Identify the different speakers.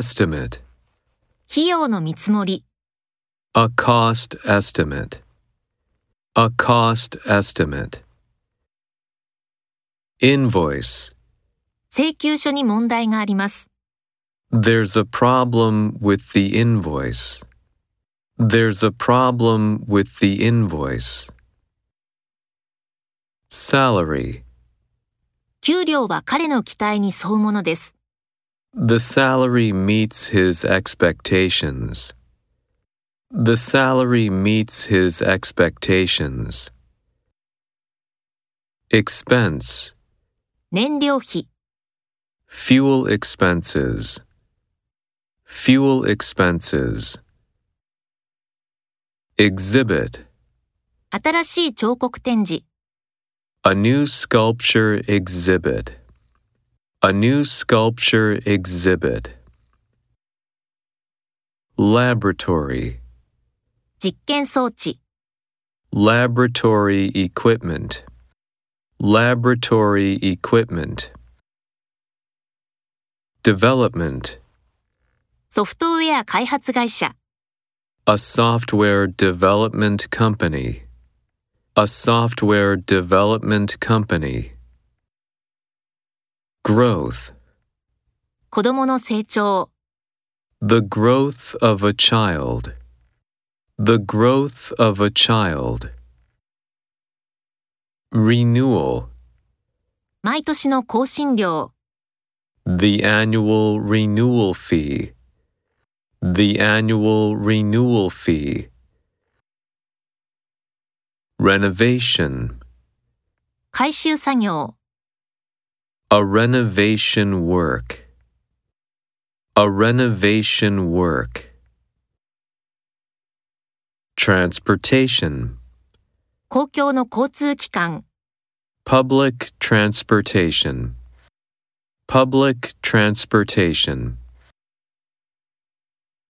Speaker 1: Estimate.
Speaker 2: 費用の見積もり、
Speaker 1: A cost estimate. A cost estimate. Invoice.
Speaker 2: 請求書に問題があります。
Speaker 1: There's a problem with the invoice. There's a problem with the invoice. Salary.
Speaker 2: 給料は彼の期待に沿うものです。
Speaker 1: The salary meets his expectations. The salary meets his expectations. Expense.
Speaker 2: 燃料費、
Speaker 1: Fuel expenses. Fuel expenses. Exhibit.
Speaker 2: 新しい彫刻展示、
Speaker 1: A new sculpture exhibit. A new sculpture exhibit. Laboratory.
Speaker 2: 実験装置、
Speaker 1: Laboratory equipment. Laboratory equipment. Development.
Speaker 2: ソフトウェア開発会社、
Speaker 1: A software development company. A software development company. Growth.
Speaker 2: 子供の成長、
Speaker 1: The growth of a child. The growth of a child. Renewal.
Speaker 2: 毎年の更新料、
Speaker 1: The annual renewal fee. The annual renewal fee. Renovation.
Speaker 2: 回収作業、
Speaker 1: A renovation work. A renovation work. Transportation.
Speaker 2: 公共の交通機関、
Speaker 1: Public transportation. Public transportation.